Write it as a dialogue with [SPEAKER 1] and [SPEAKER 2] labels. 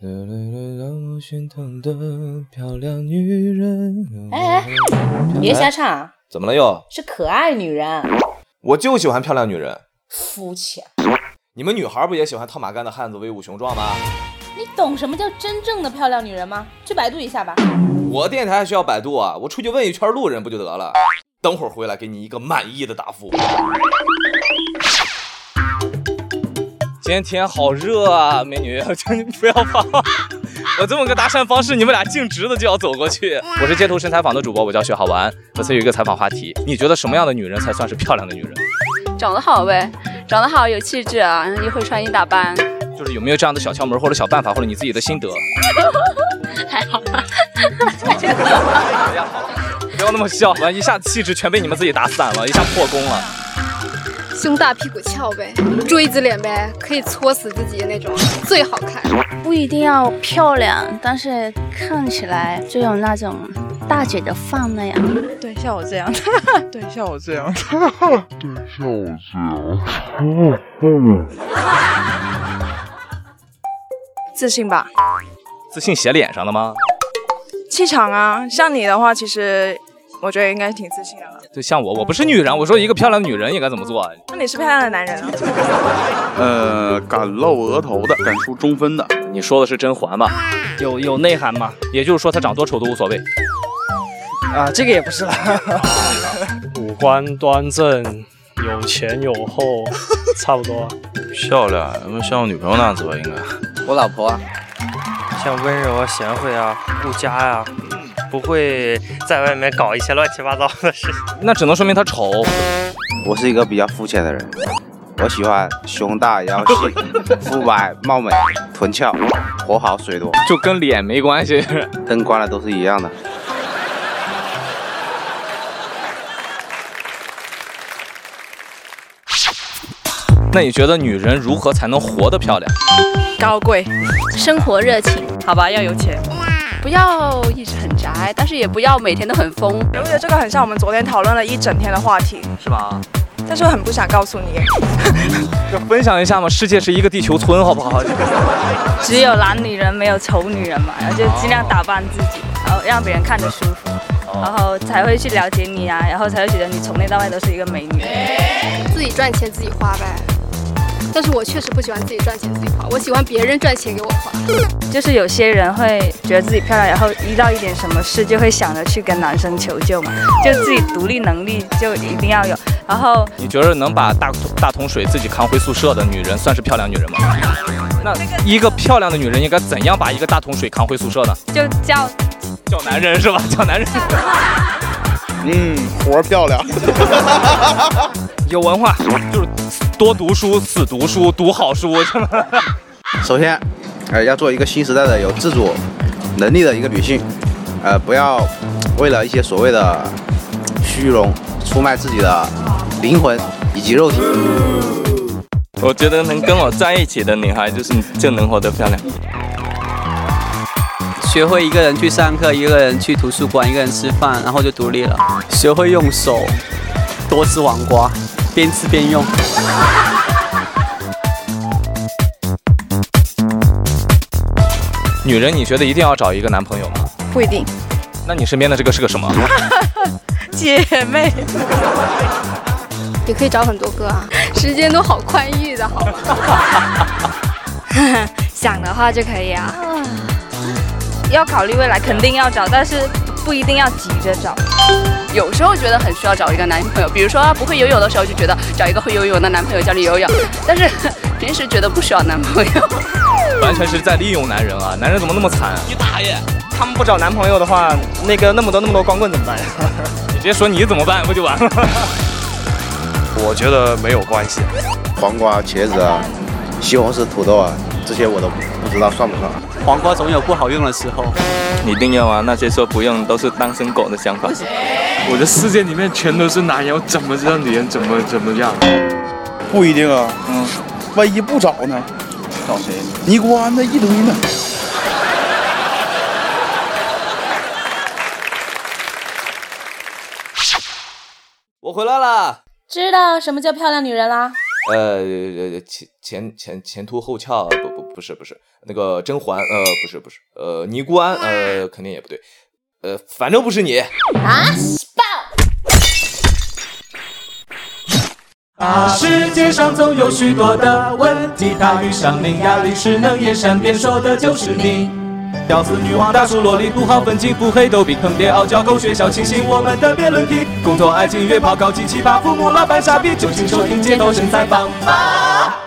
[SPEAKER 1] 啦啦啦让我心疼的漂亮女人。
[SPEAKER 2] 哎哎别瞎唱啊，
[SPEAKER 1] 怎么了又？
[SPEAKER 2] 是可爱女人，啊
[SPEAKER 1] 我就喜欢漂亮女人。
[SPEAKER 2] 肤浅。
[SPEAKER 1] 你们女孩不也喜欢套马杆的汉子、威武雄壮吗？
[SPEAKER 2] 你懂什么叫真正的漂亮女人吗？去百度一下吧。
[SPEAKER 1] 我电台还需要百度啊？我出去问一圈路人不就得了？等会儿回来给你一个满意的答复。今天天好热啊，美女， 真不要跑！ 我这么个搭讪方式，你们俩径直的就要走过去。我是街头神采访的主播，我叫薛好玩。本次有一个采访话题，你觉得什么样的女人才算是漂亮的女人？
[SPEAKER 3] 长得好呗，长得好有气质啊，又会穿衣打扮，
[SPEAKER 1] 就是有没有这样的小窍门或者小办法，或者你自己的心得？
[SPEAKER 3] 还好吧。
[SPEAKER 1] 不要那么笑，完一下气质全被你们自己打散了，一下破功了。
[SPEAKER 3] 胸大屁股翘呗，锥子脸呗，可以搓死自己那种，最好看。
[SPEAKER 4] 不一定要漂亮，但是看起来就有那种大姐的范啊那样。
[SPEAKER 5] 对，像我这样的， 对，像我这样的。 自信吧，
[SPEAKER 1] 自信写脸上了吗？
[SPEAKER 5] 气场啊，像你的话，其实我觉得应该挺自信的了。
[SPEAKER 1] 就像我，我不是女人，我说一个漂亮的女人应该怎么做啊？
[SPEAKER 5] 那你是漂亮的男人啊？
[SPEAKER 6] 呃，敢露额头的，敢出中分的，
[SPEAKER 1] 你说的是甄嬛吧？
[SPEAKER 7] 有有内涵吗？
[SPEAKER 1] 也就是说她长多丑都无所谓。
[SPEAKER 7] 啊，这个也不是了。
[SPEAKER 8] 五官端正，有前有后，差不多。
[SPEAKER 6] 漂亮，像我女朋友那样子吧，应该。
[SPEAKER 9] 我老婆啊，
[SPEAKER 10] 像温柔啊、贤惠啊、顾家呀、不会在外面搞一些乱七八糟的事情。
[SPEAKER 1] 那只能说明她丑。
[SPEAKER 9] 我是一个比较肤浅的人，我喜欢胸大腰细、 肤白貌美、臀翘、活好水多，
[SPEAKER 1] 就跟脸没关系。
[SPEAKER 9] 灯关了都是一样的。
[SPEAKER 1] 那你觉得女人如何才能活得漂亮？
[SPEAKER 5] 高贵，
[SPEAKER 4] 生活热情，
[SPEAKER 5] 好吧，要有钱。
[SPEAKER 3] 不要一直很宅，但是也不要每天都很疯。
[SPEAKER 5] 我觉得这个很像我们昨天讨论了一整天的话题，
[SPEAKER 10] 是吧？
[SPEAKER 5] 但是我很不想告诉你。
[SPEAKER 1] 就分享一下嘛，世界是一个地球村，好不好？
[SPEAKER 4] 只有懒女人，没有丑女人嘛，然后就尽量打扮自己，然后让别人看着舒服，然后才会去了解你啊，然后才会觉得你从内到外都是一个美女。
[SPEAKER 3] 自己赚钱自己花呗。但是我确实不喜欢自己赚钱自己花，我喜欢别人赚钱给我花。
[SPEAKER 4] 就是有些人会觉得自己漂亮，然后遇到一点什么事就会想着去跟男生求救嘛，就自己独立能力就一定要有，然后
[SPEAKER 1] 你觉得能把大大桶水自己扛回宿舍的女人算是漂亮女人吗？那一个漂亮的女人应该怎样把一个大桶水扛回宿舍呢？
[SPEAKER 4] 就叫
[SPEAKER 1] 叫男人是吧？ 叫男人，
[SPEAKER 6] 嗯，活漂亮。
[SPEAKER 1] 有文化就是多读书，死读书，读好书 是吗？
[SPEAKER 9] 首先，呃，要做一个新时代的有自主能力的一个女性，呃，不要为了一些所谓的虚荣出卖自己的灵魂以及肉体。
[SPEAKER 11] 我觉得能跟我在一起的女孩，就是就能活得漂亮。
[SPEAKER 9] 学会一个人去上课，一个人去图书馆，一个人吃饭，然后就独立了。学会用手，多吃黄瓜，边吃边用。
[SPEAKER 1] 女人，你觉得一定要找一个男朋友吗？
[SPEAKER 5] 不一定，
[SPEAKER 1] 那你身边的这个是个什么？
[SPEAKER 5] 姐妹，
[SPEAKER 3] 也可以找很多个啊，时间都好宽裕的，好吗？
[SPEAKER 4] 想的话就可以啊。要考虑未来，肯定要找，但是不一定要急着找。
[SPEAKER 3] 有时候觉得很需要找一个男朋友，比如说不会游泳的时候就觉得找一个会游泳的男朋友教你游泳，但是平时觉得不需要男朋友。
[SPEAKER 1] 完全是在利用男人啊！男人怎么那么惨？
[SPEAKER 7] 他们不找男朋友的话，那个那么多那么多光棍怎么办呀？
[SPEAKER 1] 你直接说你怎么办不就 完了？
[SPEAKER 10] 我觉得没有关系。
[SPEAKER 9] 黄瓜、茄子啊，西红柿、土豆啊，这些我都不知道算不算。黄瓜总有不好用的时候。
[SPEAKER 11] 你一定要啊！那些说不用都是单身狗的想法。
[SPEAKER 12] 我的世界里面全都是男人，我怎么知道女人怎么怎么样？
[SPEAKER 6] 不一定啊，嗯，万一不找呢？
[SPEAKER 9] 找谁？
[SPEAKER 6] 尼姑庵的一堆呢。
[SPEAKER 1] 我回来了，
[SPEAKER 2] 知道什么叫漂亮女人啦？
[SPEAKER 13] 呃呃前前前前凸后翘，啊不不不是不是那个甄嬛，呃不是不是，呃尼姑庵，呃肯定也不对，呃反正不是你。
[SPEAKER 14] 啊！
[SPEAKER 1] 啊，世界上总有许多的问题，他遇上伶牙俐齿能言善辩，说的就是你。屌丝女王、大叔、萝莉、土豪、粉青、腹黑、逗比、坑爹、傲娇、狗血、小清新，我们的辩论题：工作、爱情、约炮、高级、奇葩、父母、老板、傻逼，就请收听《街头神采访》吧。